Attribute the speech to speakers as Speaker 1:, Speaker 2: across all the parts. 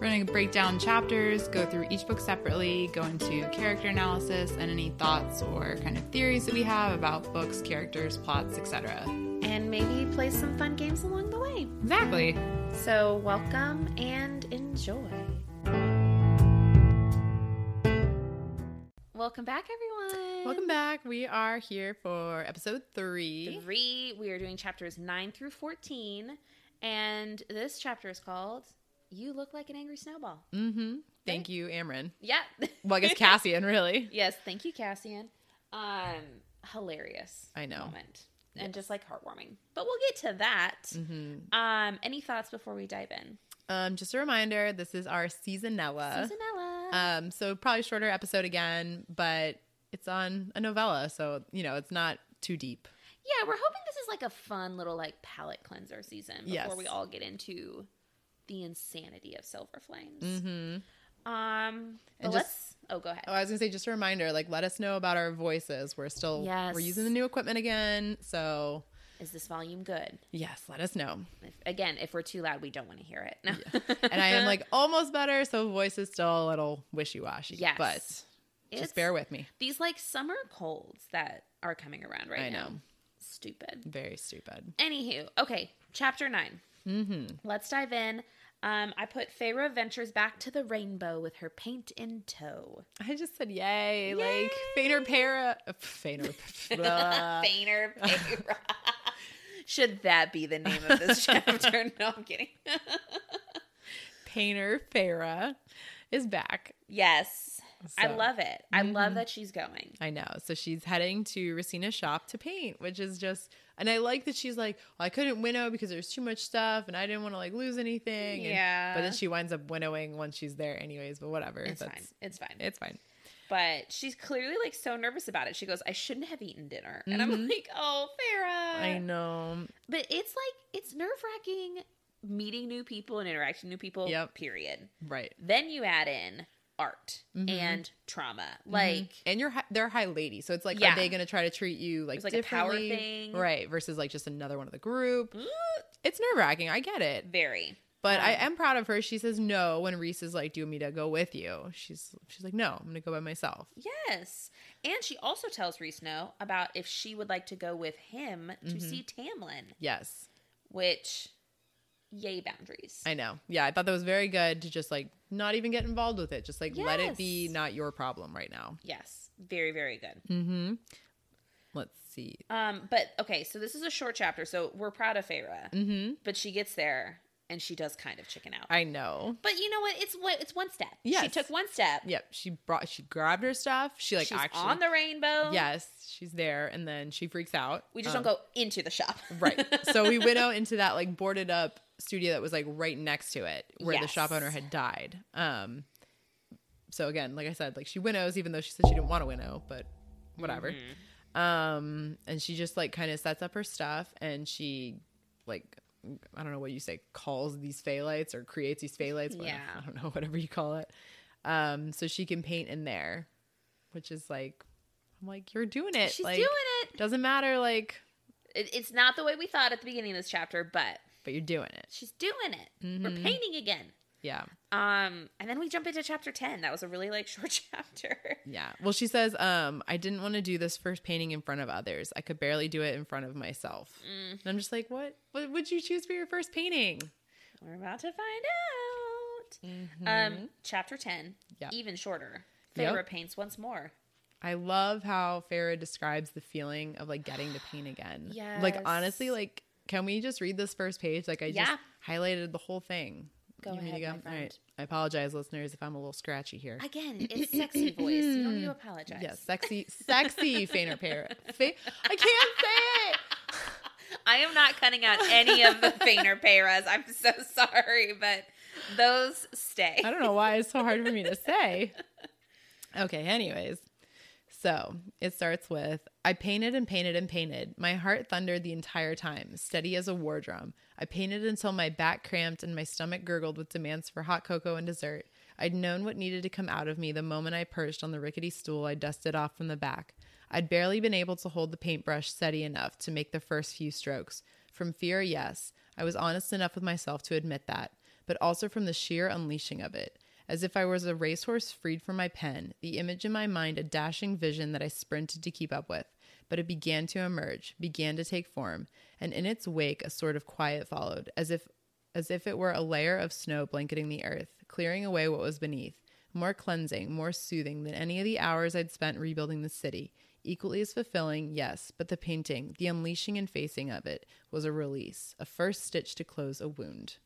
Speaker 1: We're going to break down chapters, go through each book separately, go into character analysis and any thoughts or kind of theories that we have about books, characters, plots, etc.
Speaker 2: And maybe play some fun games along the way.
Speaker 1: Exactly.
Speaker 2: So, welcome and enjoy. Welcome back, everyone.
Speaker 1: Welcome back. We are here for episode three.
Speaker 2: Three. We are doing chapters nine through 14. And this chapter is called You Look Like an Angry Snowball.
Speaker 1: Mm-hmm. Thank you, Amryn.
Speaker 2: Yeah.
Speaker 1: Well, I guess Cassian, really.
Speaker 2: yes. Thank you, Cassian. Um, hilarious
Speaker 1: I know.
Speaker 2: moment. And just like heartwarming. But we'll get to that. Um, any thoughts before we dive in?
Speaker 1: Um, just a reminder, this is our
Speaker 2: Uh,
Speaker 1: seasonella.
Speaker 2: Susanella.
Speaker 1: Um, so probably shorter episode again, but it's on a novella, so you know it's not too deep.
Speaker 2: Yeah, we're hoping this is like a fun little like palate cleanser season before
Speaker 1: Yes.
Speaker 2: we all get into the insanity of Silver Flames.
Speaker 1: Mm-hmm.
Speaker 2: Um, but
Speaker 1: And just-
Speaker 2: let's. Oh, go ahead.
Speaker 1: Oh, I was gonna say just a reminder, like let us know about our voices. We're still
Speaker 2: Yes.
Speaker 1: we're using the new equipment again, so
Speaker 2: Is this volume good?
Speaker 1: yes, let us know.
Speaker 2: If, again, if we're too loud, we don't want to hear it. No.
Speaker 1: And I am like almost better, so voice is still a little wishy washy.
Speaker 2: Yes.
Speaker 1: but
Speaker 2: It's
Speaker 1: just bear with me.
Speaker 2: These like summer colds that are coming around right
Speaker 1: I
Speaker 2: now.
Speaker 1: know.
Speaker 2: Stupid.
Speaker 1: Very stupid.
Speaker 2: Anywho, okay, chapter 9 Mm-hmm. Let's dive in. Um, I put Pharaoh ventures back to the rainbow with her paint in tow.
Speaker 1: I just said yay, like fainter para, fainter. blah.
Speaker 2: Fainter Payra. Uh, Should that be the name of this chapter? No, I'm kidding.
Speaker 1: Painter Farah is back.
Speaker 2: yes. I
Speaker 1: So- mm-hmm.
Speaker 2: love it. I love that she's going.
Speaker 1: I know. So she's heading to Racina's shop to paint, which is just, and I like that she's like, "Well, I couldn't winnow because there's too much stuff, and I didn't want to like lose anything. And-
Speaker 2: Yeah.
Speaker 1: but then she winds up winnowing once she's there, anyways. But whatever.
Speaker 2: It's
Speaker 1: That's-
Speaker 2: fine. It's fine.
Speaker 1: It's fine.
Speaker 2: but she's clearly like so nervous about it. She goes, I shouldn't have eaten dinner. And I'm like, oh, Farah.
Speaker 1: Mm-hmm. I know.
Speaker 2: But it's like, it's nerve wracking meeting new people and interacting with new people,
Speaker 1: Yep.
Speaker 2: period.
Speaker 1: Right.
Speaker 2: Then you add in art
Speaker 1: Mm-hmm.
Speaker 2: and trauma. Like,
Speaker 1: And you're hi- they're high lady, so it's like,
Speaker 2: Yeah.
Speaker 1: are they going to try to treat you like
Speaker 2: It's like a power
Speaker 1: differently?
Speaker 2: thing.
Speaker 1: right? Versus like just another one of the group.
Speaker 2: mm,
Speaker 1: It's nerve wracking. I get it,
Speaker 2: very.
Speaker 1: but I am proud of her. She says no when Reese is like, "Do you want me to go with you?" She's she's like, "No, I'm going to go by myself."
Speaker 2: Yes. And she also tells Reese no about if she would like to go with him to
Speaker 1: Mm-hmm.
Speaker 2: see Tamlin,
Speaker 1: Yes.
Speaker 2: which, yay, boundaries.
Speaker 1: I know. Yeah, I thought that was very good to just like not even get involved with it. Just like let it be
Speaker 2: Yes.
Speaker 1: not your problem right now.
Speaker 2: yes. Very, very good.
Speaker 1: Mm-hmm. Let's see.
Speaker 2: Um, but okay, so this is a short chapter, so we're proud of Feyre,
Speaker 1: Mm-hmm.
Speaker 2: but she gets there and she does kind of chicken out.
Speaker 1: I know.
Speaker 2: but you know what? It's what it's one step. She
Speaker 1: Yes.
Speaker 2: took one step.
Speaker 1: Yep. She brought. She grabbed her stuff. She like
Speaker 2: She's
Speaker 1: actually.
Speaker 2: on the rainbow.
Speaker 1: yes, she's there, and then she freaks out.
Speaker 2: We just
Speaker 1: Um,
Speaker 2: don't go into the shop.
Speaker 1: right. So we went out into that like boarded up studio that was like right next to it where the shop
Speaker 2: Yes.
Speaker 1: owner had died. Um. So again, like I said, like she winnows even though she said she didn't want to winnow, but whatever.
Speaker 2: Mm-hmm.
Speaker 1: Um, and she just like kind of sets up her stuff and she like I don't know what you say calls these phthalates or creates these phthalates. whatever-
Speaker 2: Yeah.
Speaker 1: I don't know whatever you call it. Um, so she can paint in there, which is like I'm like you're doing it.
Speaker 2: She's
Speaker 1: like,
Speaker 2: doing it.
Speaker 1: Doesn't matter. Like
Speaker 2: it. It's not the way we thought at the beginning of this chapter, but
Speaker 1: but you're doing it.
Speaker 2: she's doing it. We're
Speaker 1: Mm-hmm.
Speaker 2: painting again.
Speaker 1: Yeah.
Speaker 2: Um, and then we jump into chapter ten. That was a really like short chapter.
Speaker 1: Yeah. Well, she says, um, I didn't want to do this first painting in front of others. I could barely do it in front of myself.
Speaker 2: Mm.
Speaker 1: And I'm just like, what? What would you choose for your first painting?
Speaker 2: We're about to find out. Um, chapter ten.
Speaker 1: Yep.
Speaker 2: Even shorter.
Speaker 1: Mm-hmm. Yep.
Speaker 2: Feyre paints once more.
Speaker 1: I love how Farah describes the feeling of like getting to paint again. Like
Speaker 2: Yes.
Speaker 1: honestly, like can we just read this first page? Like I
Speaker 2: Yeah.
Speaker 1: just highlighted the whole thing.
Speaker 2: Go
Speaker 1: want me to
Speaker 2: ahead, my
Speaker 1: All right.
Speaker 2: friend.
Speaker 1: I apologize, listeners, if I'm a little scratchy here.
Speaker 2: Again, it's sexy voice. You don't need to apologize.
Speaker 1: Hmm. Yes, sexy, sexy Fainter Pair. Fa- I can't say it.
Speaker 2: I am not cutting out any of the fainter paras. I'm so sorry, but those stay.
Speaker 1: I don't know why it's so hard for me to say. Okay, anyways. So it starts with I painted and painted and painted. My heart thundered the entire time, steady as a war drum. I painted until my back cramped and my stomach gurgled with demands for hot cocoa and dessert. I'd known what needed to come out of me the moment I perched on the rickety stool I dusted off from the back. I'd barely been able to hold the paintbrush steady enough to make the first few strokes. From fear, yes, I was honest enough with myself to admit that, but also from the sheer unleashing of it. As if I was a racehorse freed from my pen, the image in my mind a dashing vision that I sprinted to keep up with. But it began to emerge, began to take form, and in its wake a sort of quiet followed, as if as if it were a layer of snow blanketing the earth, clearing away what was beneath, more cleansing, more soothing than any of the hours I'd spent rebuilding the city. Equally as fulfilling, yes, but the painting, the unleashing and facing of it, was a release, a first stitch to close a wound.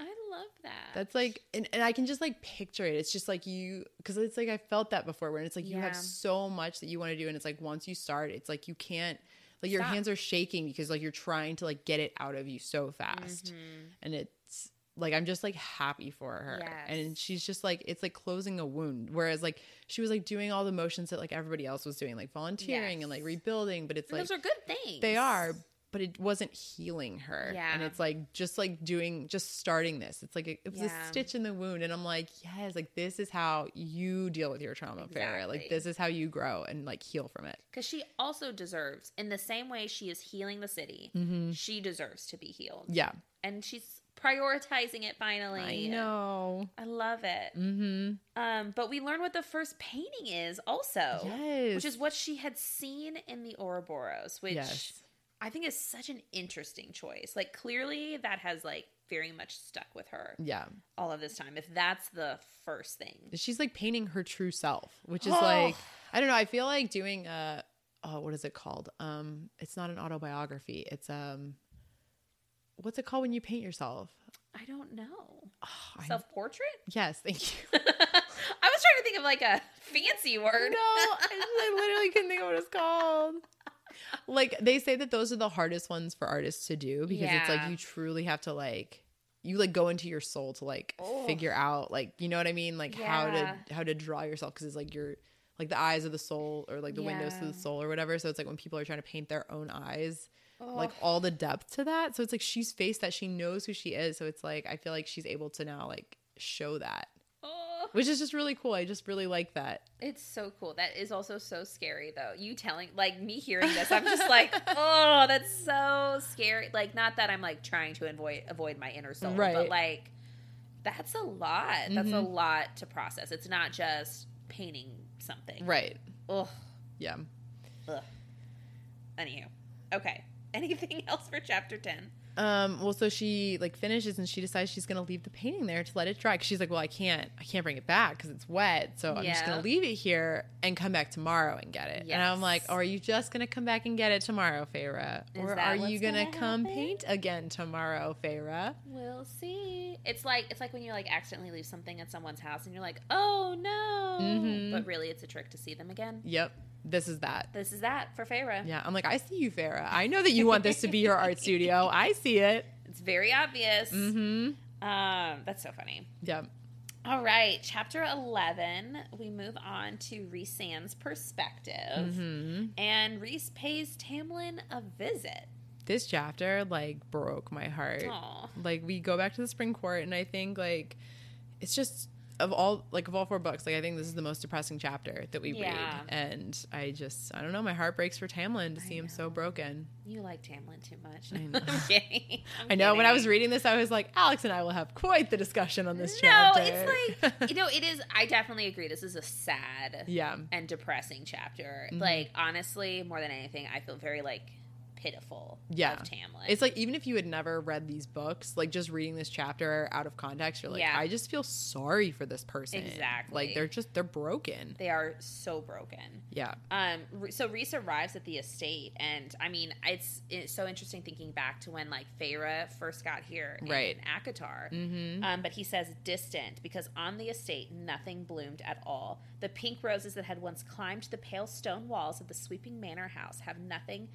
Speaker 2: I love that.
Speaker 1: That's like, and, and I can just like picture it. It's just like you, because it's like I felt that before when it's like you
Speaker 2: Yeah.
Speaker 1: have so much that you want to do. And it's like once you start, it's like you can't, like your
Speaker 2: Stop.
Speaker 1: hands are shaking because like you're trying to like get it out of you so fast.
Speaker 2: Mm-hmm.
Speaker 1: And it's like, I'm just like happy for her. And
Speaker 2: Yes.
Speaker 1: she's just like, it's like closing a wound. Whereas like she was like doing all the motions that like everybody else was doing, like volunteering and like
Speaker 2: Yes.
Speaker 1: rebuilding. But it's
Speaker 2: And
Speaker 1: like,
Speaker 2: those are good things.
Speaker 1: they are, but it wasn't healing her.
Speaker 2: Yeah.
Speaker 1: And it's like just like doing just starting this. It's like it, was
Speaker 2: Yeah.
Speaker 1: a stitch in the wound. And I'm like, yes, like this is how you deal with your trauma, Farrah. Like
Speaker 2: Exactly.
Speaker 1: this is how you grow and like heal from it.
Speaker 2: Because she also deserves, in the same way she is healing the city,
Speaker 1: Mm-hmm.
Speaker 2: she deserves to be healed.
Speaker 1: Yeah.
Speaker 2: And she's prioritizing it finally.
Speaker 1: I know.
Speaker 2: I love it.
Speaker 1: Mm-hmm.
Speaker 2: Um, but we learn what the first painting is also,
Speaker 1: Yes.
Speaker 2: which is what she had seen in the Ouroboros, which
Speaker 1: Yes.
Speaker 2: I think is such an interesting choice. Like clearly that has like very much stuck with her
Speaker 1: Yeah.
Speaker 2: all of this time. If that's the first thing,
Speaker 1: She's like painting her true self, which is
Speaker 2: Oh.
Speaker 1: like I don't know, I feel like doing a oh, what is it called? Um it's not an autobiography. It's um what's it called when you paint yourself?
Speaker 2: I don't know.
Speaker 1: Oh, I-
Speaker 2: Self portrait?
Speaker 1: yes, thank you.
Speaker 2: I was trying to think of like a fancy word.
Speaker 1: No, I, I literally couldn't think of what it's called. Like they say that those are the hardest ones for artists to do because it's
Speaker 2: Yeah.
Speaker 1: like you truly have to like you like go into your soul to like
Speaker 2: Oh.
Speaker 1: figure out like you know what I mean like how
Speaker 2: Yeah.
Speaker 1: to how to draw yourself because it's like your like the eyes of the soul or like the windows to
Speaker 2: Yeah.
Speaker 1: the soul or whatever so it's like when people are trying to paint their own eyes
Speaker 2: Oh,
Speaker 1: like all the depth to that so it's like she's faced that she knows who she is so it's like I feel like she's able to now like show that
Speaker 2: oh,
Speaker 1: which is just really cool I just really like that
Speaker 2: it's so cool. That is also so scary though. You telling like me hearing this, I'm just like, oh, that's so scary. Like not that I'm like trying to avoid avoid my inner soul, but
Speaker 1: Right.
Speaker 2: like that's a lot. That's a lot to process. It's not just painting something.
Speaker 1: right
Speaker 2: Ugh.
Speaker 1: yeah
Speaker 2: Ugh. Anywho. Okay. Anything else for chapter 10?
Speaker 1: Um, well, so she like finishes and she decides she's gonna leave the painting there to let it dry. 'Cause she's like, well, I can't, I can't bring it back because it's wet. So I'm just
Speaker 2: Yeah.
Speaker 1: gonna leave it here and come back tomorrow and get it. And I'm like,
Speaker 2: Yes.
Speaker 1: oh, are you just gonna come back and get it tomorrow, Feyre?
Speaker 2: Is
Speaker 1: Or
Speaker 2: that
Speaker 1: are you
Speaker 2: what's
Speaker 1: gonna,
Speaker 2: gonna
Speaker 1: come
Speaker 2: happen?
Speaker 1: paint again tomorrow, Feyre?
Speaker 2: We'll see. It's like it's like when you like accidentally leave something at someone's house and you're like, "Oh no."
Speaker 1: Mhm.
Speaker 2: But really it's a trick to see them again.
Speaker 1: Yep, this is that.
Speaker 2: This is that for Feyre.
Speaker 1: Yeah, I'm like, I see you, Feyre. I know that you want this to be your art studio. I see it.
Speaker 2: It's very obvious.
Speaker 1: Mm-hmm.
Speaker 2: Um that's so funny.
Speaker 1: Yep.
Speaker 2: All right, chapter 11, we move on to Reese Sand's perspective.
Speaker 1: Mm-hmm.
Speaker 2: And Reese pays Tamlin a visit.
Speaker 1: This chapter like broke my heart.
Speaker 2: Aw.
Speaker 1: like we go back to the spring court and i think like it's just of all like of all four books like i think this is the most depressing chapter that we
Speaker 2: Yeah.
Speaker 1: read and i just i don't know my heart breaks for tamlin to see him so broken
Speaker 2: You like Tamlin too much.
Speaker 1: I know.
Speaker 2: I'm kidding. I'm
Speaker 1: i know when i
Speaker 2: kidding.
Speaker 1: was reading this i was like alex and i will have quite the discussion on this
Speaker 2: No,
Speaker 1: chapter
Speaker 2: it's like you know, it is. I definitely agree. This is a sad
Speaker 1: yeah Mm-hmm.
Speaker 2: and depressing chapter. Like honestly, more than anything, I feel very like pitiful
Speaker 1: Yeah.
Speaker 2: of Tamlin.
Speaker 1: It's like even if you had never read these books, like just reading this chapter out of context, you're like,
Speaker 2: Yeah.
Speaker 1: I just feel sorry for this person.
Speaker 2: Exactly.
Speaker 1: Like they're just they're broken.
Speaker 2: they are so broken.
Speaker 1: Yeah.
Speaker 2: Um, Re- so Reese arrives at the estate, and I mean, it's, it's so interesting thinking back to when like Feyre first got here,
Speaker 1: Right.
Speaker 2: In Akatar, um, but he says distant because on the estate nothing bloomed at all. The pink roses that had once climbed the pale stone walls of the sweeping manor house have nothing.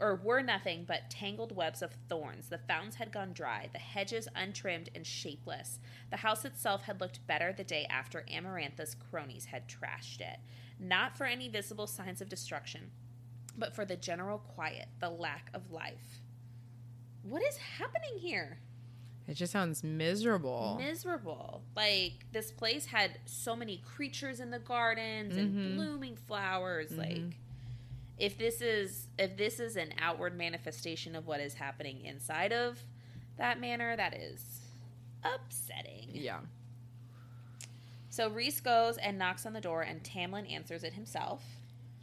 Speaker 2: Or were nothing but tangled webs of thorns. The fountains had gone dry, the hedges untrimmed and shapeless. The house itself had looked better the day after Amarantha's cronies had trashed it. Not for any visible signs of destruction, but for the general quiet, the lack of life. What is happening here?
Speaker 1: It just sounds miserable.
Speaker 2: Miserable. Like this place had so many creatures in the gardens
Speaker 1: Mm-hmm.
Speaker 2: and blooming flowers. Like if this is if this is an outward manifestation of what is happening inside of that manor, that is upsetting.
Speaker 1: yeah.
Speaker 2: So Reese goes and knocks on the door and Tamlin answers it himself.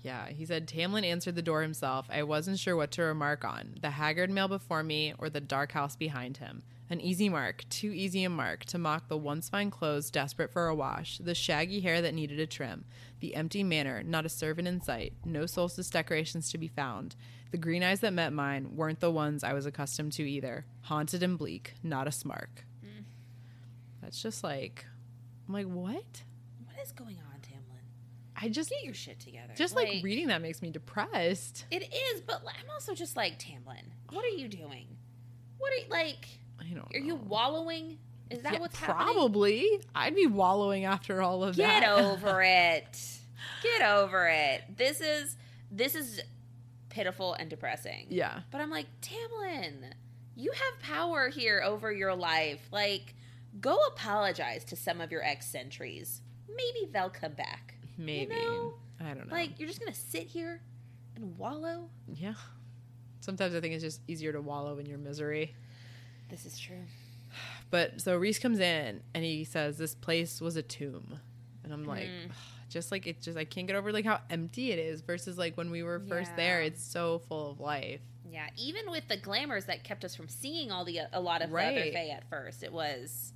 Speaker 1: Yeah, he said Tamlin answered the door himself. I wasn't sure what to remark on the haggard male before me or the dark house behind him. An easy mark, too easy a mark, to mock the once fine clothes desperate for a wash, the shaggy hair that needed a trim, the empty manor, not a servant in sight, no solstice decorations to be found. The green eyes that met mine weren't the ones I was accustomed to either. Haunted and bleak, not a smirk. That's just like, I'm like, what?
Speaker 2: What is going on, Tamlin?
Speaker 1: I just,
Speaker 2: Get your shit together.
Speaker 1: just like reading that makes me depressed.
Speaker 2: It is, but like, I'm also just like Tamlin. What are you doing? What are you like?
Speaker 1: I don't.
Speaker 2: Are you
Speaker 1: know.
Speaker 2: wallowing? Is that
Speaker 1: Oh. Yeah,
Speaker 2: what's happening?
Speaker 1: probably? I'd be wallowing after all of that.
Speaker 2: Get over it. Get over it. This is this is pitiful and depressing.
Speaker 1: Yeah.
Speaker 2: But I'm like Tamlin, you have power here over your life. Like, go apologize to some of your ex sentries. Maybe they'll come back.
Speaker 1: Maybe.
Speaker 2: know,
Speaker 1: I don't know.
Speaker 2: Like, you're just gonna sit here and wallow.
Speaker 1: yeah. Sometimes I think it's just easier to wallow in your misery.
Speaker 2: This is true.
Speaker 1: But so Reese comes in and he says this place was a tomb, and I'm like,
Speaker 2: Mm.
Speaker 1: "Ugh," just like it's just I can't get over like how empty it is versus like when we were first
Speaker 2: Yeah.
Speaker 1: there, it's so full of life.
Speaker 2: Yeah, even with the glamours that kept us from seeing all the a lot of the other
Speaker 1: Right.
Speaker 2: Fae at first, it was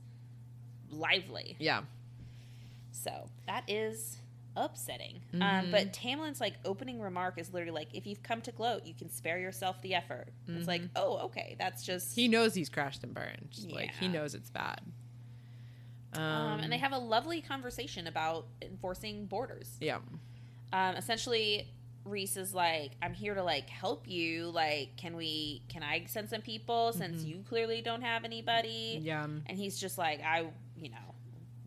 Speaker 2: lively.
Speaker 1: Yeah.
Speaker 2: So that is upsetting.
Speaker 1: Mm-hmm.
Speaker 2: Um, but Tamlin's like opening remark is literally like, "If you've come to gloat, you can spare yourself the effort." It's like, oh, okay, that's just.
Speaker 1: Mm-hmm. He knows he's crashed and burned. Like he
Speaker 2: Yeah.
Speaker 1: knows it's bad.
Speaker 2: um, and they have a lovely conversation about enforcing borders.
Speaker 1: Yeah.
Speaker 2: um, essentially reese is like i'm here to like help you like can we can i send some people since you clearly don't have anybody
Speaker 1: Mm-hmm. Yeah.
Speaker 2: and he's just like i you know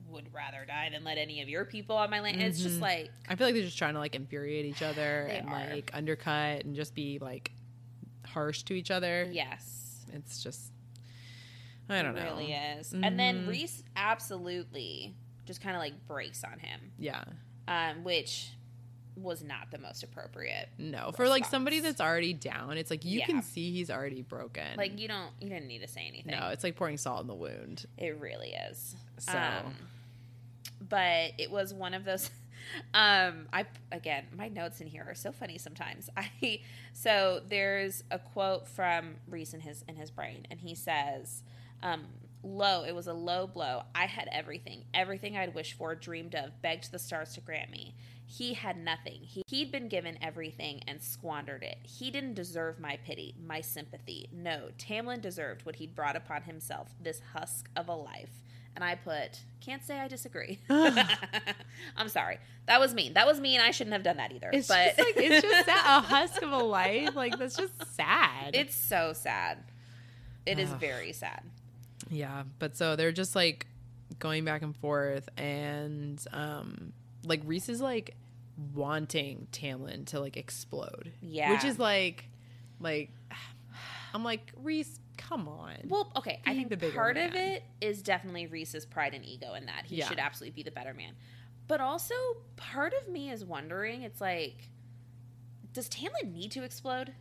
Speaker 2: would rather die than let any of your people on my land And it's
Speaker 1: Mm-hmm.
Speaker 2: just like
Speaker 1: I feel like they're just trying to like infuriate each other
Speaker 2: They
Speaker 1: and
Speaker 2: are.
Speaker 1: like undercut and just be like harsh to each other.
Speaker 2: yes
Speaker 1: It's just I don't
Speaker 2: it
Speaker 1: know. Mm-hmm.
Speaker 2: really is and then reese absolutely just kind of like breaks on him
Speaker 1: Yeah.
Speaker 2: um, which was not the most appropriate
Speaker 1: No. For like
Speaker 2: response.
Speaker 1: somebody that's already down, it's like you
Speaker 2: Yeah.
Speaker 1: can see he's already broken.
Speaker 2: like you don't you didn't need to say anything
Speaker 1: no, it's like pouring salt in the wound.
Speaker 2: It really is. Um,
Speaker 1: So-
Speaker 2: but it was one of those. Um, I again, my notes in here are so funny sometimes. I so there's a quote from Reese in his in his brain, and he says, um, "Low, it was a low blow. I had everything, everything I'd wished for, dreamed of, begged the stars to grant me. He had nothing. He, he'd been given everything and squandered it. He didn't deserve my pity, my sympathy. No, Tamlin deserved what he'd brought upon himself, this husk of a life. And I put, can't say I disagree. I'm sorry. That was mean. That was mean. I shouldn't have done that either.
Speaker 1: It's
Speaker 2: but
Speaker 1: just like it's just sad. a husk of a life. Like that's just sad.
Speaker 2: it's so sad. It is
Speaker 1: Ugh.
Speaker 2: very sad.
Speaker 1: Yeah, but so they're just like going back and forth, and um, like Reese is like wanting Tamlin to like explode.
Speaker 2: Yeah.
Speaker 1: which is like, like I'm like Reese, come on.
Speaker 2: Well, okay, I
Speaker 1: Be
Speaker 2: think
Speaker 1: the bigger
Speaker 2: part of
Speaker 1: man.
Speaker 2: it is definitely Reese's pride and ego in that he
Speaker 1: Yeah.
Speaker 2: should absolutely be the better man. But also, part of me is wondering, it's like, does Tamlin need to explode?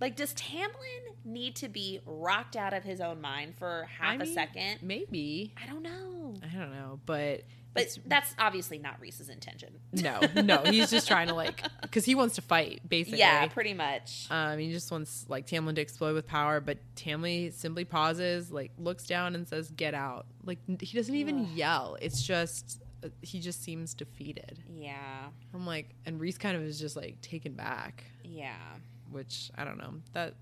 Speaker 2: Like, does Tamlin need to be rocked out of his own mind for half
Speaker 1: I
Speaker 2: a
Speaker 1: mean,
Speaker 2: second?
Speaker 1: maybe
Speaker 2: I don't know.
Speaker 1: I don't know, but
Speaker 2: But But that's obviously not Reese's intention.
Speaker 1: No, no, he's just trying to like because he wants to fight basically.
Speaker 2: Yeah, pretty much.
Speaker 1: Um, he just wants like Tamlin to explode with power, but Tamlin simply pauses, like looks down and says, "Get out!" Like n- he doesn't even yell. It's just uh, he just seems defeated.
Speaker 2: Yeah,
Speaker 1: I'm like, and Reese kind of is just like taken back,
Speaker 2: yeah.
Speaker 1: which I don't know. That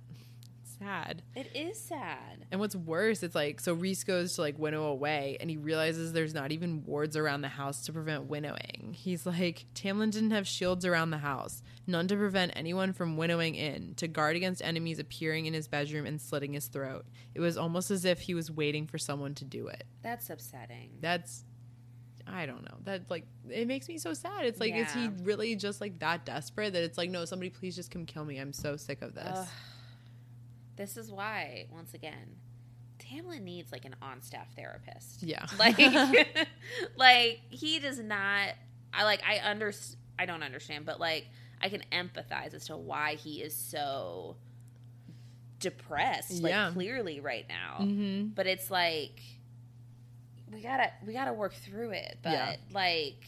Speaker 1: sad.
Speaker 2: It is sad.
Speaker 1: And what's worse, it's like so Reese goes to like winnow away and he realizes there's not even wards around the house to prevent winnowing. He's like, Tamlin didn't have shields around the house, none to prevent anyone from winnowing in, to guard against enemies appearing in his bedroom and slitting his throat. It was almost as if he was waiting for someone to do it.
Speaker 2: That's upsetting.
Speaker 1: That's I don't know. That like it makes me so sad. It's like is he
Speaker 2: Yeah.
Speaker 1: really just like that desperate that it's like no, somebody please just come kill me. I'm so sick of this.
Speaker 2: Ugh. This is why, once again, Tamlin needs like an on-staff therapist.
Speaker 1: Yeah.
Speaker 2: like like he does not i like i under i don't understand but like i can empathize as to why he is so depressed
Speaker 1: Yeah.
Speaker 2: like clearly right now
Speaker 1: Mhm.
Speaker 2: but it's like we gotta we gotta work through it but
Speaker 1: Yeah.
Speaker 2: like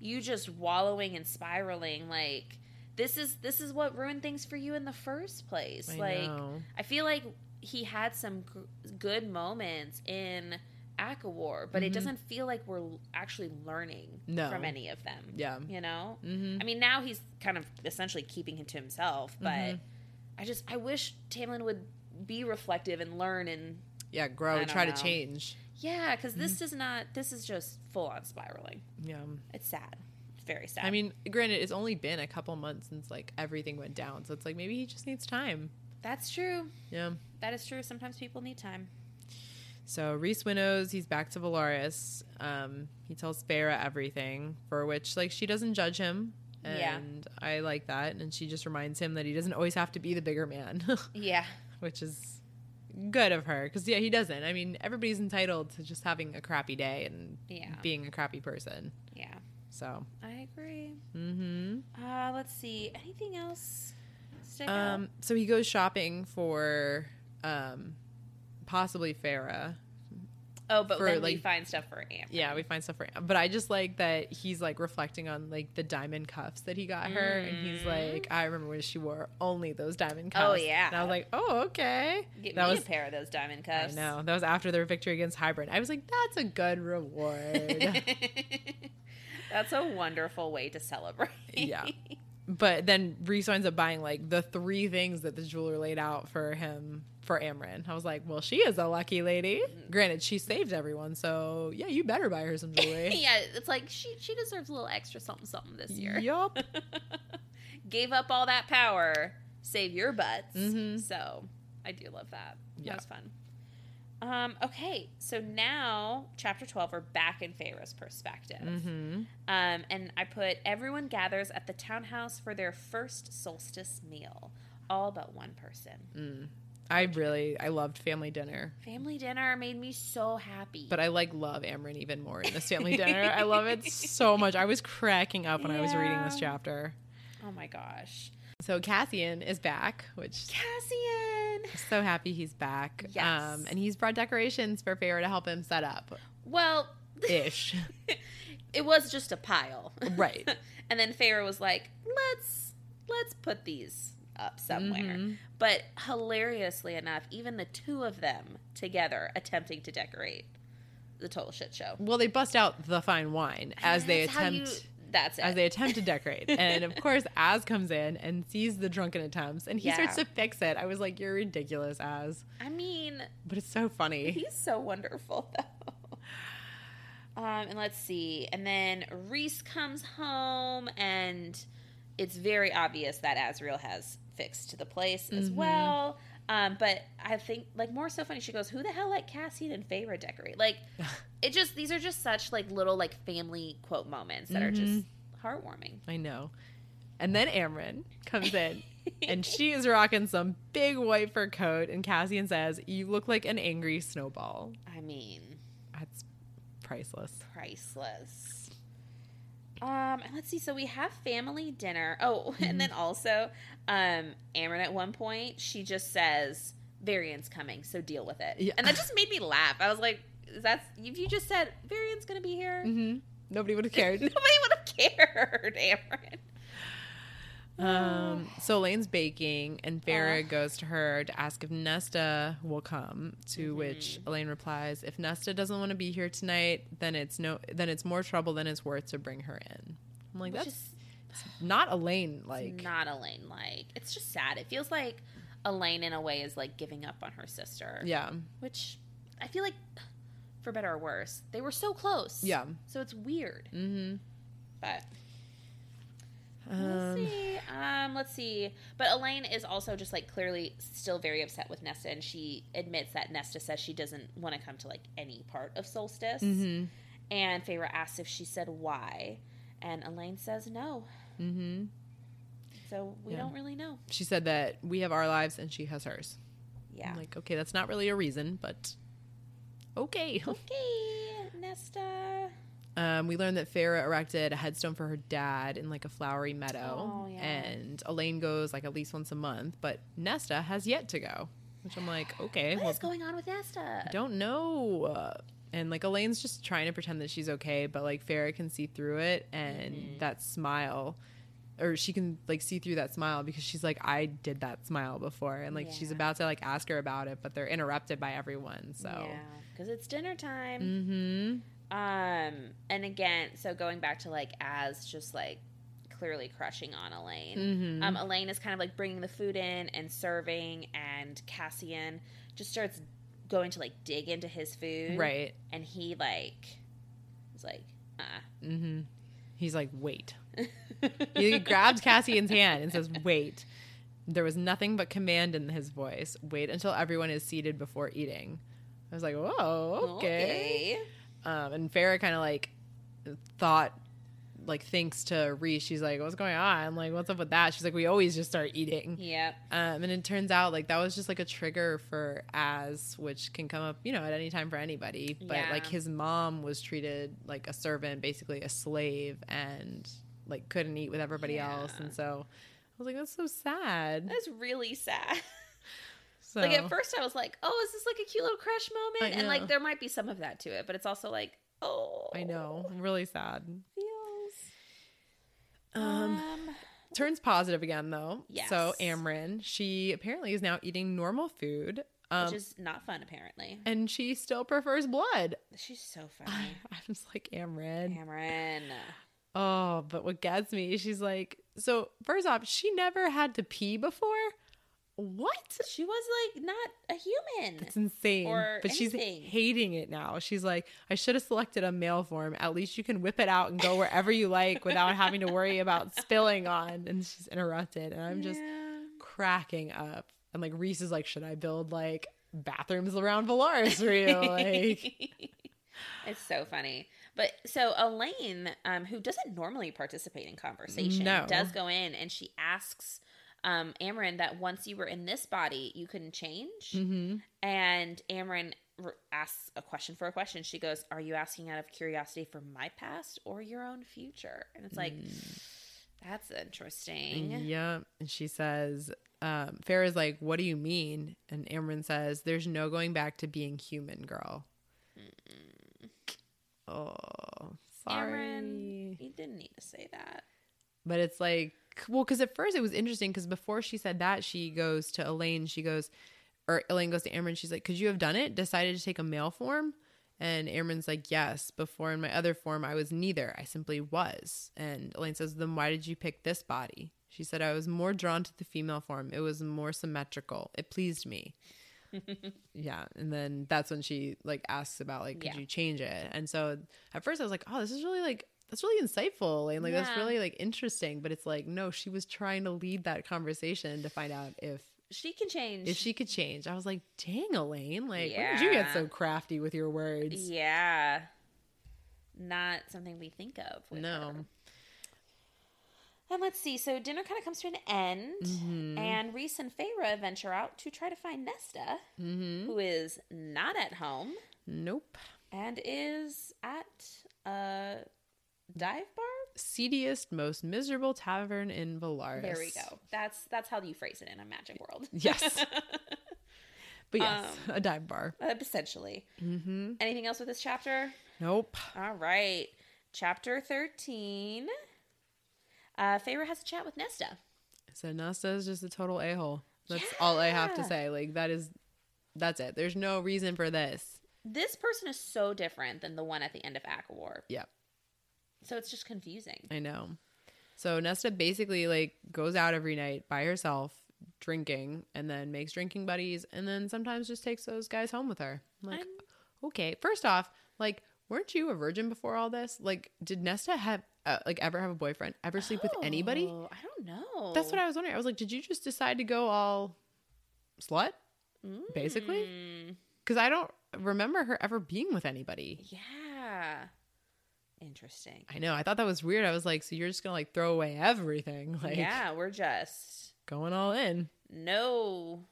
Speaker 2: you just wallowing and spiraling like this is this is what ruined things for you in the first place
Speaker 1: I
Speaker 2: like
Speaker 1: know.
Speaker 2: I feel like he had some g- good moments in Akawar, but it
Speaker 1: Mhm.
Speaker 2: doesn't feel like we're l- actually learning
Speaker 1: No.
Speaker 2: from any of them.
Speaker 1: Yeah.
Speaker 2: You know?
Speaker 1: Mhm.
Speaker 2: I mean, now he's kind of essentially keeping it to himself, but
Speaker 1: Mm-hmm.
Speaker 2: I just, I wish Tamlin would be reflective and learn and,
Speaker 1: Yeah, grow,
Speaker 2: I
Speaker 1: try
Speaker 2: don't
Speaker 1: to
Speaker 2: know.
Speaker 1: change.
Speaker 2: yeah, because
Speaker 1: Mm-hmm.
Speaker 2: this does not, this is just full on spiraling.
Speaker 1: Yeah.
Speaker 2: It's sad. It's very sad.
Speaker 1: I mean, granted, it's only been a couple months since like everything went down. So it's like maybe he just needs time.
Speaker 2: that's true.
Speaker 1: Yeah.
Speaker 2: That is true. Sometimes people need time.
Speaker 1: So Reese winnows, he's back to Valaris. Um, he tells Farah everything, for which like she doesn't judge him.
Speaker 2: Yeah.
Speaker 1: And I like that. And she just reminds him that he doesn't always have to be the bigger man,
Speaker 2: Yeah.
Speaker 1: which is good of her. Because, yeah, he doesn't. I mean, everybody's entitled to just having a crappy day and
Speaker 2: Yeah.
Speaker 1: being a crappy person.
Speaker 2: Yeah.
Speaker 1: So,
Speaker 2: I agree.
Speaker 1: mm hmm.
Speaker 2: Uh, let's see. Anything else? Stick out?
Speaker 1: Um, so he goes shopping for um, possibly Farah.
Speaker 2: Oh, but
Speaker 1: for,
Speaker 2: then we
Speaker 1: like-
Speaker 2: find stuff for Amber.
Speaker 1: Yeah, we find stuff for him. But I just like that he's like reflecting on like the diamond cuffs that he got her, and he's like, I remember when she wore only those diamond cuffs.
Speaker 2: Mm-hmm. Oh, yeah.
Speaker 1: and I was like, oh okay,
Speaker 2: Get
Speaker 1: that
Speaker 2: me
Speaker 1: was.
Speaker 2: a pair of those diamond
Speaker 1: I
Speaker 2: cuffs.
Speaker 1: know that was after their victory against Hybrid. I was like, that's a good reward.
Speaker 2: That's a wonderful way to celebrate.
Speaker 1: Yeah. but then Reese winds up buying like the three things that the jeweler laid out for him for Amran. I was like, well, she is a lucky lady. Granted, she saved everyone, so yeah, you better buy her some jewelry.
Speaker 2: yeah, it's like she she deserves a little extra something something this year.
Speaker 1: yup.
Speaker 2: Gave up all that power, save your butts.
Speaker 1: Mhm.
Speaker 2: So I do love that.
Speaker 1: Yeah.
Speaker 2: That was fun. Um, okay, so now chapter twelve, we're back in Pharaoh's perspective.
Speaker 1: hmm
Speaker 2: Um, and I put everyone gathers at the townhouse for their first solstice meal. All but one person.
Speaker 1: Mm. I really, I loved family dinner,
Speaker 2: Family dinner made me so happy.
Speaker 1: but I like love Amran even more in this family dinner. I love it so much. I was cracking up when I was reading this
Speaker 2: Yeah.
Speaker 1: chapter.
Speaker 2: oh my gosh,
Speaker 1: So Cassian is back, which
Speaker 2: Cassian!
Speaker 1: so happy he's back. Um,
Speaker 2: Yes.
Speaker 1: and he's brought decorations for Pharaoh to help him set up
Speaker 2: Well,
Speaker 1: ish.
Speaker 2: it was just a pile,
Speaker 1: Right.
Speaker 2: and then Pharaoh was like, "Let's let's put these up somewhere."
Speaker 1: Mhm.
Speaker 2: But hilariously enough, even the two of them together attempting to decorate the total shit show.
Speaker 1: Well, they bust out the fine wine as they
Speaker 2: That's how you-
Speaker 1: attempt
Speaker 2: that's it.
Speaker 1: as they attempt to decorate. and of course, Az comes in and sees the drunken attempts and he
Speaker 2: Yeah.
Speaker 1: starts to fix it. I was like, You're ridiculous, Az.
Speaker 2: I mean,
Speaker 1: But it's so funny.
Speaker 2: He's so wonderful, though. Um, and let's see. And then Reese comes home, and it's very obvious that Azriel has fixed the place as well. Um, but I think, like, more so funny, she goes, Who the hell let Cassian and Feyre decorate? Like, it just, these are just such, like, little, like, family quote moments that are just heartwarming.
Speaker 1: I know. And then Amryn comes in and she is rocking some big white fur coat. And Cassian says, You look like an angry snowball.
Speaker 2: I mean,
Speaker 1: That's priceless.
Speaker 2: priceless. Um, and let's see. So we have family dinner. Oh, and
Speaker 1: Mm-hmm.
Speaker 2: then also, um, Amron at one point she just says Varian's coming, so deal with it.
Speaker 1: Yeah. Mm-hmm.
Speaker 2: And that just made me laugh. I was like, "That's if you just said Varian's gonna be here,
Speaker 1: Nobody would have cared.
Speaker 2: Nobody would have cared, Amarin.
Speaker 1: Um, so Elaine's baking, and Farah goes to her to ask if Nesta will come. To
Speaker 2: Mm-hmm.
Speaker 1: which Elaine replies, "If Nesta doesn't want to be here tonight, then it's no, then it's more trouble than it's worth to bring her in." I'm like, that's
Speaker 2: Just
Speaker 1: not Elaine. Like,
Speaker 2: not Elaine like. It's just sad. It feels like Elaine in a way is like giving up on her sister.
Speaker 1: yeah,
Speaker 2: Which I feel like for better or worse, they were so close.
Speaker 1: Yeah.
Speaker 2: So it's weird.
Speaker 1: mm-hmm.
Speaker 2: But we'll
Speaker 1: Um,
Speaker 2: see. Um, let's see. But Elaine is also just like clearly still very upset with Nesta, and she admits that Nesta says she doesn't want to come to like any part of Solstice.
Speaker 1: Mhm.
Speaker 2: And Feyre asks if she said why, and Elaine says no.
Speaker 1: mm-hmm.
Speaker 2: So we
Speaker 1: Yeah.
Speaker 2: don't really know.
Speaker 1: She said that we have our lives and she has hers.
Speaker 2: Yeah.
Speaker 1: I'm like, okay, that's not really a reason, but okay.
Speaker 2: okay, Nesta.
Speaker 1: Um, we learned that Farah erected a headstone for her dad in like a flowery meadow,
Speaker 2: Oh, yeah.
Speaker 1: and Elaine goes like at least once a month, but Nesta has yet to go, which I'm like, okay,
Speaker 2: What
Speaker 1: well,
Speaker 2: is going on with Nesta?
Speaker 1: I don't know. Uh, and like Elaine's just trying to pretend that she's okay, but like Farah can see through it, and
Speaker 2: Mm-hmm.
Speaker 1: that smile, or she can like see through that smile because she's like, I did that smile before, and like she's
Speaker 2: Yeah.
Speaker 1: about to like ask her about it, but they're interrupted by everyone. So,
Speaker 2: because it's dinner time.
Speaker 1: mm-hmm.
Speaker 2: Um, and again, so going back to like as just like clearly crushing on Elaine.
Speaker 1: Mhm.
Speaker 2: Um, Elaine is kind of like bringing the food in and serving, and Cassian just starts going to like dig into his food,
Speaker 1: right,
Speaker 2: And he like was like, uh,
Speaker 1: mm-hmm. he's like, wait. He grabs Cassian's hand and says, Wait. There was nothing but command in his voice. Wait until everyone is seated before eating. I was like, Whoa, okay. Um, and Farah kind of like thought, like, thinks to Reese, she's like, What's going on? I'm like, What's up with that? She's like, We always just start eating.
Speaker 2: Yep.
Speaker 1: Um, and it turns out, like, that was just like a trigger for As, which can come up, you know, at any time for anybody. But
Speaker 2: Yeah.
Speaker 1: like, his mom was treated like a servant, basically a slave, and like couldn't eat with everybody else.
Speaker 2: Yeah.
Speaker 1: And so I was like, that's so sad.
Speaker 2: That's really sad.
Speaker 1: So,
Speaker 2: Like at first I was like, oh, is this like a cute little crush moment?
Speaker 1: I
Speaker 2: And
Speaker 1: know.
Speaker 2: like there might be some of that to it, but it's also like, oh,
Speaker 1: I know, really sad.
Speaker 2: feels.
Speaker 1: Um, turns positive again though.
Speaker 2: Yes.
Speaker 1: So Amryn, she apparently is now eating normal food. Um,
Speaker 2: which is not fun apparently.
Speaker 1: and she still prefers blood.
Speaker 2: She's so funny.
Speaker 1: I was like, Amryn.
Speaker 2: Cameron.
Speaker 1: Oh, but what gets me, is she's like, so first off, she never had to pee before. What?
Speaker 2: She was like not a human.
Speaker 1: It's insane.
Speaker 2: Or
Speaker 1: but
Speaker 2: anything.
Speaker 1: she's hating it now. She's like, I should have selected a male form. At least you can whip it out and go wherever you like without having to worry about spilling on. And she's interrupted. And I'm just cracking up. And like Reese is like, should I build like bathrooms around Valaris for you? Like,
Speaker 2: it's so funny. But so Elaine, um, who doesn't normally participate in conversation,
Speaker 1: No.
Speaker 2: does go in and she asks um Amarin that once you were in this body, you couldn't change.
Speaker 1: mhm.
Speaker 2: And Amarin r- asks a question for a question. She goes, "Are you asking out of curiosity for my past or your own future?" And it's like,
Speaker 1: Mm.
Speaker 2: that's interesting.
Speaker 1: Yeah. And she says, um, Farrah's like, What do you mean? And Amryn says, There's no going back to being human, girl. Oh, sorry.
Speaker 2: Cameron, you didn't need to say that.
Speaker 1: But it's like, well, because at first it was interesting because before she said that, she goes to Elaine. She goes, or Elaine goes to Amryn. She's like, could you have done it? Decided to take a male form? And Amryn's like, yes. Before in my other form, I was neither. I simply was. And Elaine says, then why did you pick this body? She said, I was more drawn to the female form. It was more symmetrical. It pleased me. yeah. And then that's when she like asks about like, could
Speaker 2: Yeah.
Speaker 1: you change it? And so at first I was like, oh, this is really like, that's really insightful. And like, that's
Speaker 2: Yeah.
Speaker 1: really like interesting. But it's like, no, she was trying to lead that conversation to find out if
Speaker 2: She can change.
Speaker 1: if she could change. I was like, dang, Elaine, like, where did you get
Speaker 2: Yeah.
Speaker 1: so crafty with your words?
Speaker 2: yeah. Not something we think of. with
Speaker 1: No.
Speaker 2: her. And let's see. So dinner kind of comes to an end,
Speaker 1: Mm-hmm.
Speaker 2: and Reese and Feyre venture out to try to find Nesta,
Speaker 1: Mm-hmm.
Speaker 2: who is not at home
Speaker 1: Nope.
Speaker 2: and is at a dive bar.
Speaker 1: Seediest, most miserable tavern in Valaris.
Speaker 2: There we go. That's that's how you phrase it in a magic world.
Speaker 1: Yes. but yes,
Speaker 2: Um,
Speaker 1: a dive bar.
Speaker 2: Essentially. Mm-hmm. Anything else with this chapter?
Speaker 1: Nope.
Speaker 2: All right. Chapter 13. Uh, Feyre has a chat with Nesta.
Speaker 1: So Nesta is just a total a hole. That's all I have to
Speaker 2: Yeah.
Speaker 1: say. Like that is, that's it. There's no reason for this.
Speaker 2: This person is so different than the one at the end of Akawar.
Speaker 1: Yeah,
Speaker 2: So it's just confusing.
Speaker 1: I know. So Nesta basically like goes out every night by herself drinking, and then makes drinking buddies, and then sometimes just takes those guys home with her. I'm like,
Speaker 2: I'm-
Speaker 1: okay. First off, like, weren't you a virgin before all this? Like, did Nesta have uh, like ever have a boyfriend? Ever sleep with anybody?
Speaker 2: Oh, I don't know.
Speaker 1: That's what I was wondering. I was like, did you just decide to go all slut?
Speaker 2: Mm.
Speaker 1: basically? Because I don't remember her ever being with anybody.
Speaker 2: Yeah. Interesting.
Speaker 1: I know. I thought that was weird. I was like, so you're just gonna like throw away everything, like
Speaker 2: yeah, we're just
Speaker 1: going all in.
Speaker 2: no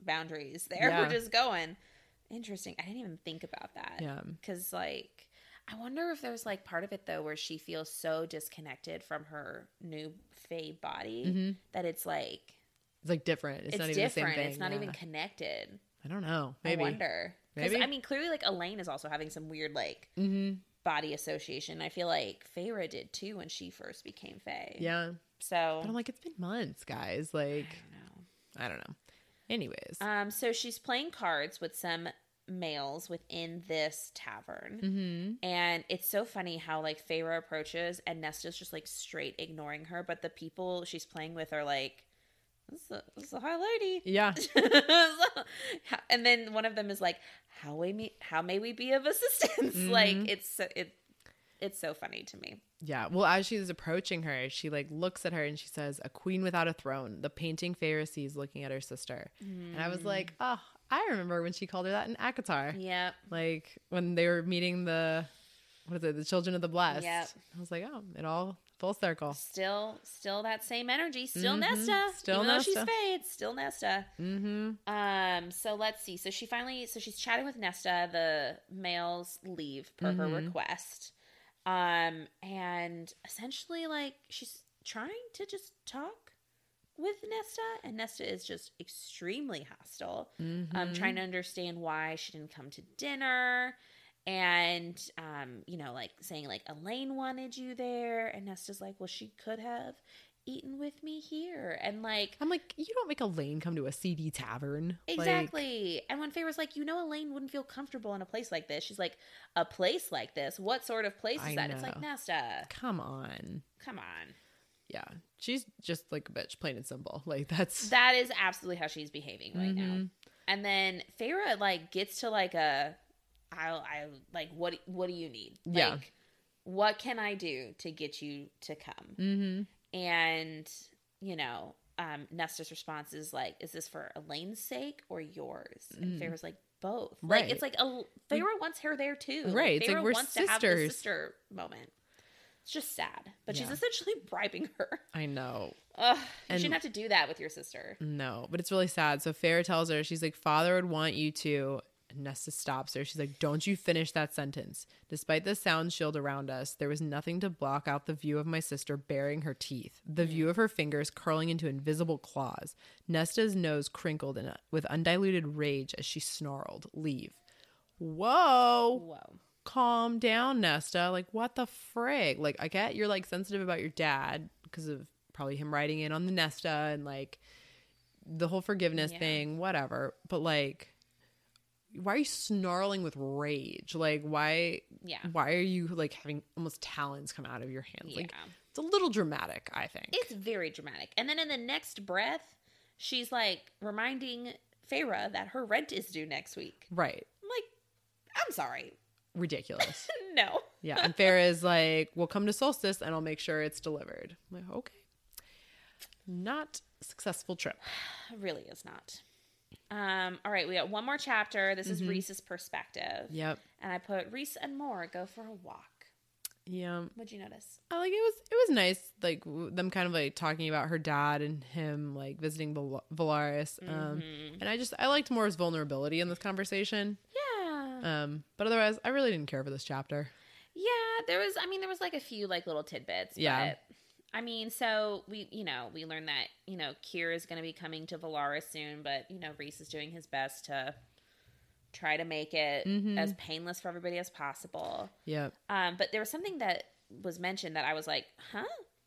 Speaker 2: boundaries there.
Speaker 1: Yeah.
Speaker 2: We're just going. Interesting. I didn't even think about that.
Speaker 1: Yeah.
Speaker 2: Cause like I wonder if there's like part of it though where she feels so disconnected from her new fey body
Speaker 1: Mhm.
Speaker 2: that it's like
Speaker 1: It's like different. It's,
Speaker 2: it's,
Speaker 1: not even the same
Speaker 2: different.
Speaker 1: thing.
Speaker 2: It's not even
Speaker 1: yeah.
Speaker 2: connected.
Speaker 1: I don't know. Maybe.
Speaker 2: I wonder. 'Cause,
Speaker 1: Maybe.
Speaker 2: I mean, clearly, like Elaine is also having some weird like
Speaker 1: hmm
Speaker 2: body association. I feel like Feyre did too when she first became Fey.
Speaker 1: Yeah.
Speaker 2: So
Speaker 1: But I'm like, it's been months, guys. Like,
Speaker 2: I don't know.
Speaker 1: I don't know. Anyways.
Speaker 2: Um, so she's playing cards with some males within this tavern.
Speaker 1: hmm
Speaker 2: And it's so funny how like Feyre approaches and Nesta's just like straight ignoring her, but the people she's playing with are like, This is a, this is a high lady.
Speaker 1: Yeah.
Speaker 2: and then one of them is like, How we me how may we be of assistance? like
Speaker 1: Mm-hmm.
Speaker 2: it's so it it's so funny to me.
Speaker 1: Yeah. Well, as she's approaching her, she like looks at her and she says, "A queen without a throne." The painting Pharisees looking at her sister, and I was like, "Oh, I remember when she called her that in Akatar,
Speaker 2: Mm. Yeah.
Speaker 1: like when they were meeting the what is it, the children of the blessed."
Speaker 2: Yep.
Speaker 1: I was like, "Oh, it all full circle."
Speaker 2: Still still that same energy. Still
Speaker 1: Mhm.
Speaker 2: Nesta.
Speaker 1: Still
Speaker 2: Even though she's
Speaker 1: Nesta.
Speaker 2: fade, still Nesta.
Speaker 1: Mm-hmm.
Speaker 2: Um, so let's see. So she finally, so she's chatting with Nesta. The males leave per her
Speaker 1: Mhm.
Speaker 2: request. Um, and essentially, like, she's trying to just talk with Nesta, and Nesta is just extremely hostile. Um,
Speaker 1: Mm-hmm.
Speaker 2: trying to understand why she didn't come to dinner. And, um, you know, like saying, like, Elaine wanted you there. And Nesta's like, well, she could have eaten with me here. And, like,
Speaker 1: I'm like, you don't make Elaine come to a CD tavern. Like,
Speaker 2: Exactly. and when Faye was like, you know, Elaine wouldn't feel comfortable in a place like this. She's like, a place like this? What sort of place is
Speaker 1: I
Speaker 2: that? It's like,
Speaker 1: know.
Speaker 2: Nesta,
Speaker 1: come on.
Speaker 2: come on.
Speaker 1: Yeah, she's just like a bitch, plain and simple. Like that's
Speaker 2: That is absolutely how she's behaving right now.
Speaker 1: Mhm.
Speaker 2: And then Feyre like gets to like a, I, I like what what do you need? Like,
Speaker 1: Yeah.
Speaker 2: What can I do to get you to come?
Speaker 1: Mm-hmm.
Speaker 2: And you know, um, Nesta's response is like, "Is this for Elaine's sake or yours?" And
Speaker 1: Mm.
Speaker 2: Feyre's like, "Both." Like
Speaker 1: Right.
Speaker 2: it's like a Feyre wants her there too.
Speaker 1: Right, it's like
Speaker 2: Feyre
Speaker 1: we're
Speaker 2: wants to have the
Speaker 1: sisters.
Speaker 2: sister moment. It's just sad, but she's
Speaker 1: Yeah.
Speaker 2: essentially bribing her.
Speaker 1: I know.
Speaker 2: Ugh, you
Speaker 1: And-
Speaker 2: shouldn't have to do that with your sister.
Speaker 1: No, but it's really sad. So Farrah tells her, she's like, Father would want you to. And Nesta stops her. She's like, Don't you finish that sentence. Despite the sound shield around us, there was nothing to block out the view of my sister baring her teeth, the view of her fingers curling into invisible claws. Nesta's nose crinkled in, with undiluted rage as she snarled, Leave. Whoa,
Speaker 2: Whoa.
Speaker 1: calm down, Nesta. Like, what the frig? Like, I get you're like sensitive about your dad because of probably him riding in on the Nesta and like the whole forgiveness
Speaker 2: Yeah.
Speaker 1: thing, whatever. But like, why are you snarling with rage? Like, why?
Speaker 2: Yeah.
Speaker 1: Why are you like having almost talons come out of your hands? Like,
Speaker 2: Yeah.
Speaker 1: Mm-hmm. it's a little dramatic, I think.
Speaker 2: It's very dramatic. And then in the next breath, she's like reminding Feyre that her rent is due next week.
Speaker 1: right,
Speaker 2: I'm like, I'm sorry.
Speaker 1: ridiculous.
Speaker 2: No.
Speaker 1: yeah, and Farrah is like, "Well, come to solstice, and I'll make sure it's delivered." I'm like, okay, not successful trip.
Speaker 2: It really is not. Um, all right, we got one more chapter. This is Reese's perspective.
Speaker 1: Yep.
Speaker 2: And I put Reese and Moore go for a walk.
Speaker 1: Yeah.
Speaker 2: What'd you notice?
Speaker 1: I like it was it was nice like w- them kind of like talking about her dad and him like visiting Val- Valaris um
Speaker 2: Mm-hmm.
Speaker 1: and I just I liked Moore's vulnerability in this conversation
Speaker 2: Yeah.
Speaker 1: um but otherwise I really didn't care for this chapter
Speaker 2: Yeah, there was I mean there was like a few like little tidbits.
Speaker 1: Yeah.
Speaker 2: But, I mean, so we you know, we learned that, you know, Kier is gonna be coming to Valaris soon, but you know, Reese is doing his best to try to make it
Speaker 1: Mhm.
Speaker 2: as painless for everybody as possible.
Speaker 1: Yep.
Speaker 2: Um, but there was something that was mentioned that I was like, huh?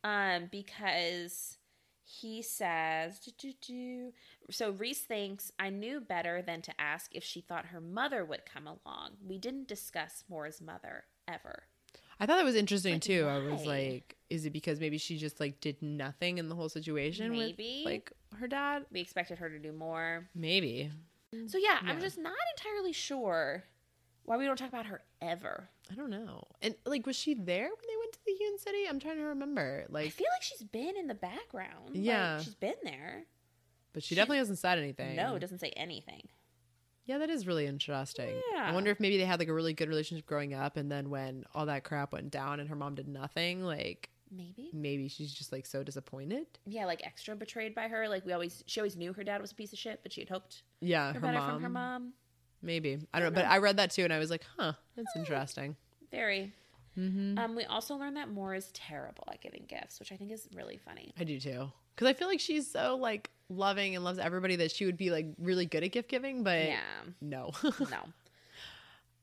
Speaker 2: Um, because he says, do, do, do. so Reese thinks I knew better than to ask if she thought her mother would come along. We didn't discuss Moore's mother ever.
Speaker 1: I thought that was interesting
Speaker 2: Like,
Speaker 1: too. I was
Speaker 2: why?
Speaker 1: like, is it because maybe she just like did nothing in the whole situation
Speaker 2: Maybe.
Speaker 1: with like her dad?
Speaker 2: We expected her to do more.
Speaker 1: Maybe.
Speaker 2: So yeah, I'm
Speaker 1: Mm, Yeah.
Speaker 2: just not entirely sure why we don't talk about her ever.
Speaker 1: I don't know. And like, was she there when they went to the Hewn City? I'm trying to remember.
Speaker 2: I
Speaker 1: Like,
Speaker 2: feel like she's been in the background. Like,
Speaker 1: Yeah.
Speaker 2: she's been there.
Speaker 1: but she definitely hasn't said anything.
Speaker 2: No, it doesn't say anything.
Speaker 1: Yeah, that is really interesting.
Speaker 2: Yeah.
Speaker 1: I wonder if maybe they had like a really good relationship growing up, and then when all that crap went down and her mom did nothing, like
Speaker 2: Maybe.
Speaker 1: maybe she's just like so disappointed.
Speaker 2: yeah, like extra betrayed by her. Like we always, she always knew her dad was a piece of shit, but she had hoped
Speaker 1: Yeah,
Speaker 2: for
Speaker 1: her
Speaker 2: better
Speaker 1: mom.
Speaker 2: from her mom.
Speaker 1: Maybe I don't know, but I read that too, and I was like, huh, that's
Speaker 2: Oh.
Speaker 1: interesting.
Speaker 2: Very.
Speaker 1: hmm
Speaker 2: Um, we also learned that Moore is terrible at giving gifts, which I think is really funny.
Speaker 1: I do too. Because I feel like she's so like loving and loves everybody that she would be like really good at gift giving, but
Speaker 2: yeah.
Speaker 1: no.
Speaker 2: No.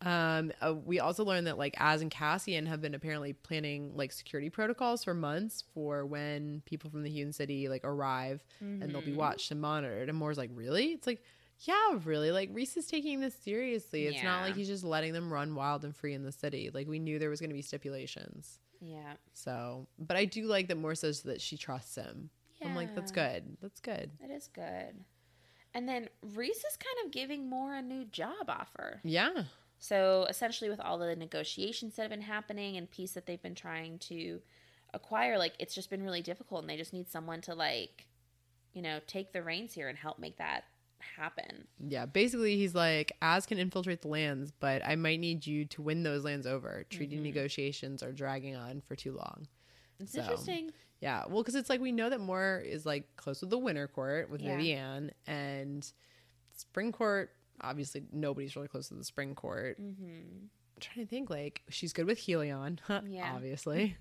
Speaker 1: um, uh, we also learned that like Az and Cassian have been apparently planning like security protocols for months for when people from the Hewn City like arrive and
Speaker 2: Mm-hmm.
Speaker 1: they'll be watched and monitored. And Moore's like, really? It's like, yeah, really. Like Reese is taking this seriously. It's not
Speaker 2: Yeah.
Speaker 1: like he's just letting them run wild and free in the city. Like we knew there was going to be stipulations.
Speaker 2: Yeah.
Speaker 1: So, but I do like that Moore says that she trusts him. I'm like, that's
Speaker 2: Yeah.
Speaker 1: good. That's good.
Speaker 2: That is good. And then Reese is kind of giving Moore a new job offer.
Speaker 1: Yeah.
Speaker 2: So essentially, with all the negotiations that have been happening and peace that they've been trying to acquire, like it's just been really difficult, and they just need someone to like, you know, take the reins here and help make that happen.
Speaker 1: Yeah. Basically, he's like, Az can infiltrate the lands, but I might need you to win those lands over. Treaty
Speaker 2: Mm-hmm.
Speaker 1: negotiations are dragging on for too long.
Speaker 2: It's
Speaker 1: So,
Speaker 2: interesting.
Speaker 1: Yeah. Well, because it's like we know that Moore is like close with the Winter Court with
Speaker 2: Yeah.
Speaker 1: Vivian and Spring Court. Obviously, nobody's really close to the Spring Court.
Speaker 2: Mm-hmm.
Speaker 1: I'm trying to think, like, she's good with Helion,
Speaker 2: Yeah.
Speaker 1: obviously.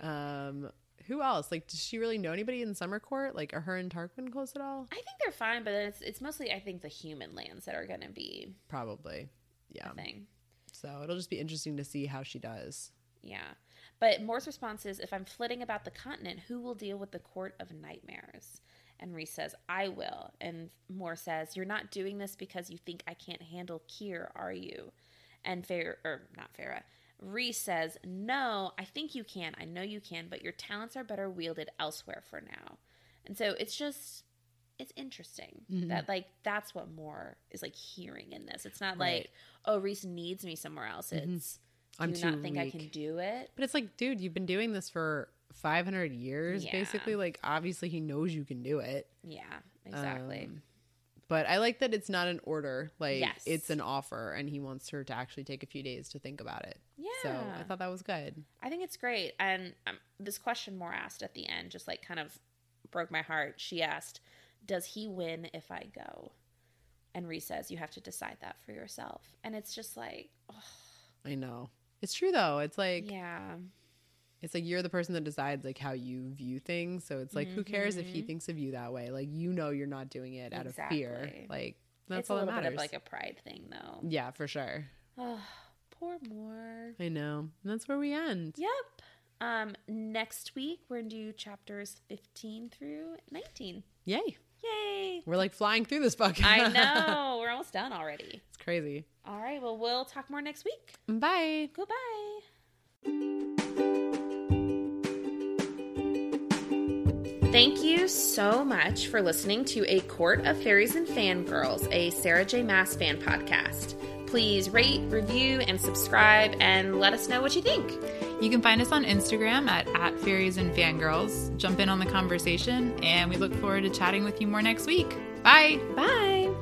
Speaker 1: um, who else? Like, does she really know anybody in Summer Court? Like, are her and Tarquin close at all?
Speaker 2: I think they're fine, but it's it's mostly I think the human lands that are going to be
Speaker 1: Probably.
Speaker 2: a
Speaker 1: Yeah.
Speaker 2: thing.
Speaker 1: So it'll just be interesting to see how she does.
Speaker 2: Yeah. But Moore's response is if I'm flitting about the continent, who will deal with the court of nightmares? And Reese says, I will. And Moore says, You're not doing this because you think I can't handle Kier, are you? And Farah, or not Farah, Reese says, No, I think you can. I know you can, but your talents are better wielded elsewhere for now. And so it's just, it's interesting that, like, that's what Moore is, like, hearing in this. It's not like,
Speaker 1: Right.
Speaker 2: oh, Reese needs me somewhere else. It's,
Speaker 1: I'm
Speaker 2: do you not
Speaker 1: too
Speaker 2: think I
Speaker 1: weak.
Speaker 2: can do it?
Speaker 1: But it's like, dude, you've been doing this for 500 years,
Speaker 2: Yeah.
Speaker 1: basically. Like, obviously, he knows you can do it.
Speaker 2: Yeah, exactly.
Speaker 1: Um, but I like that it's not an order. Like,
Speaker 2: Yes.
Speaker 1: it's an offer, and he wants her to actually take a few days to think about it. So I
Speaker 2: Yeah.
Speaker 1: thought that was good.
Speaker 2: I think it's great. And um, this question Moore asked at the end just like kind of broke my heart. She asked, Does he win if I go? And Reese says, You have to decide that for yourself. And it's just like, oh,
Speaker 1: I know. It's true, though. It's like,
Speaker 2: yeah,
Speaker 1: it's like you're the person that decides like how you view things so it's like who cares if
Speaker 2: Mm-hmm.
Speaker 1: he thinks of you that way like you know you're not doing it out of fear
Speaker 2: Exactly.
Speaker 1: like that's
Speaker 2: it's a
Speaker 1: all that
Speaker 2: little
Speaker 1: matters Mm.
Speaker 2: bit of like a pride thing though.
Speaker 1: yeah for sure
Speaker 2: Oh, poor Moore.
Speaker 1: i know and that's where we end
Speaker 2: Yep. Um, next week we're gonna do chapters fifteen through nineteen.
Speaker 1: yay
Speaker 2: Yay!
Speaker 1: we're like flying through this book
Speaker 2: I know we're almost done already.
Speaker 1: it's crazy
Speaker 2: All right. Well, we'll talk more next week.
Speaker 1: bye
Speaker 2: Goodbye. Thank you so much for listening to A Court of Fairies and Fangirls, a Sarah J. Mass fan podcast. Please rate, review, and subscribe and let us know what you think.
Speaker 3: You can find us on Instagram at, at fairies and fangirls. Jump in on the conversation, and we look forward to chatting with you more next week. Bye.
Speaker 2: Bye.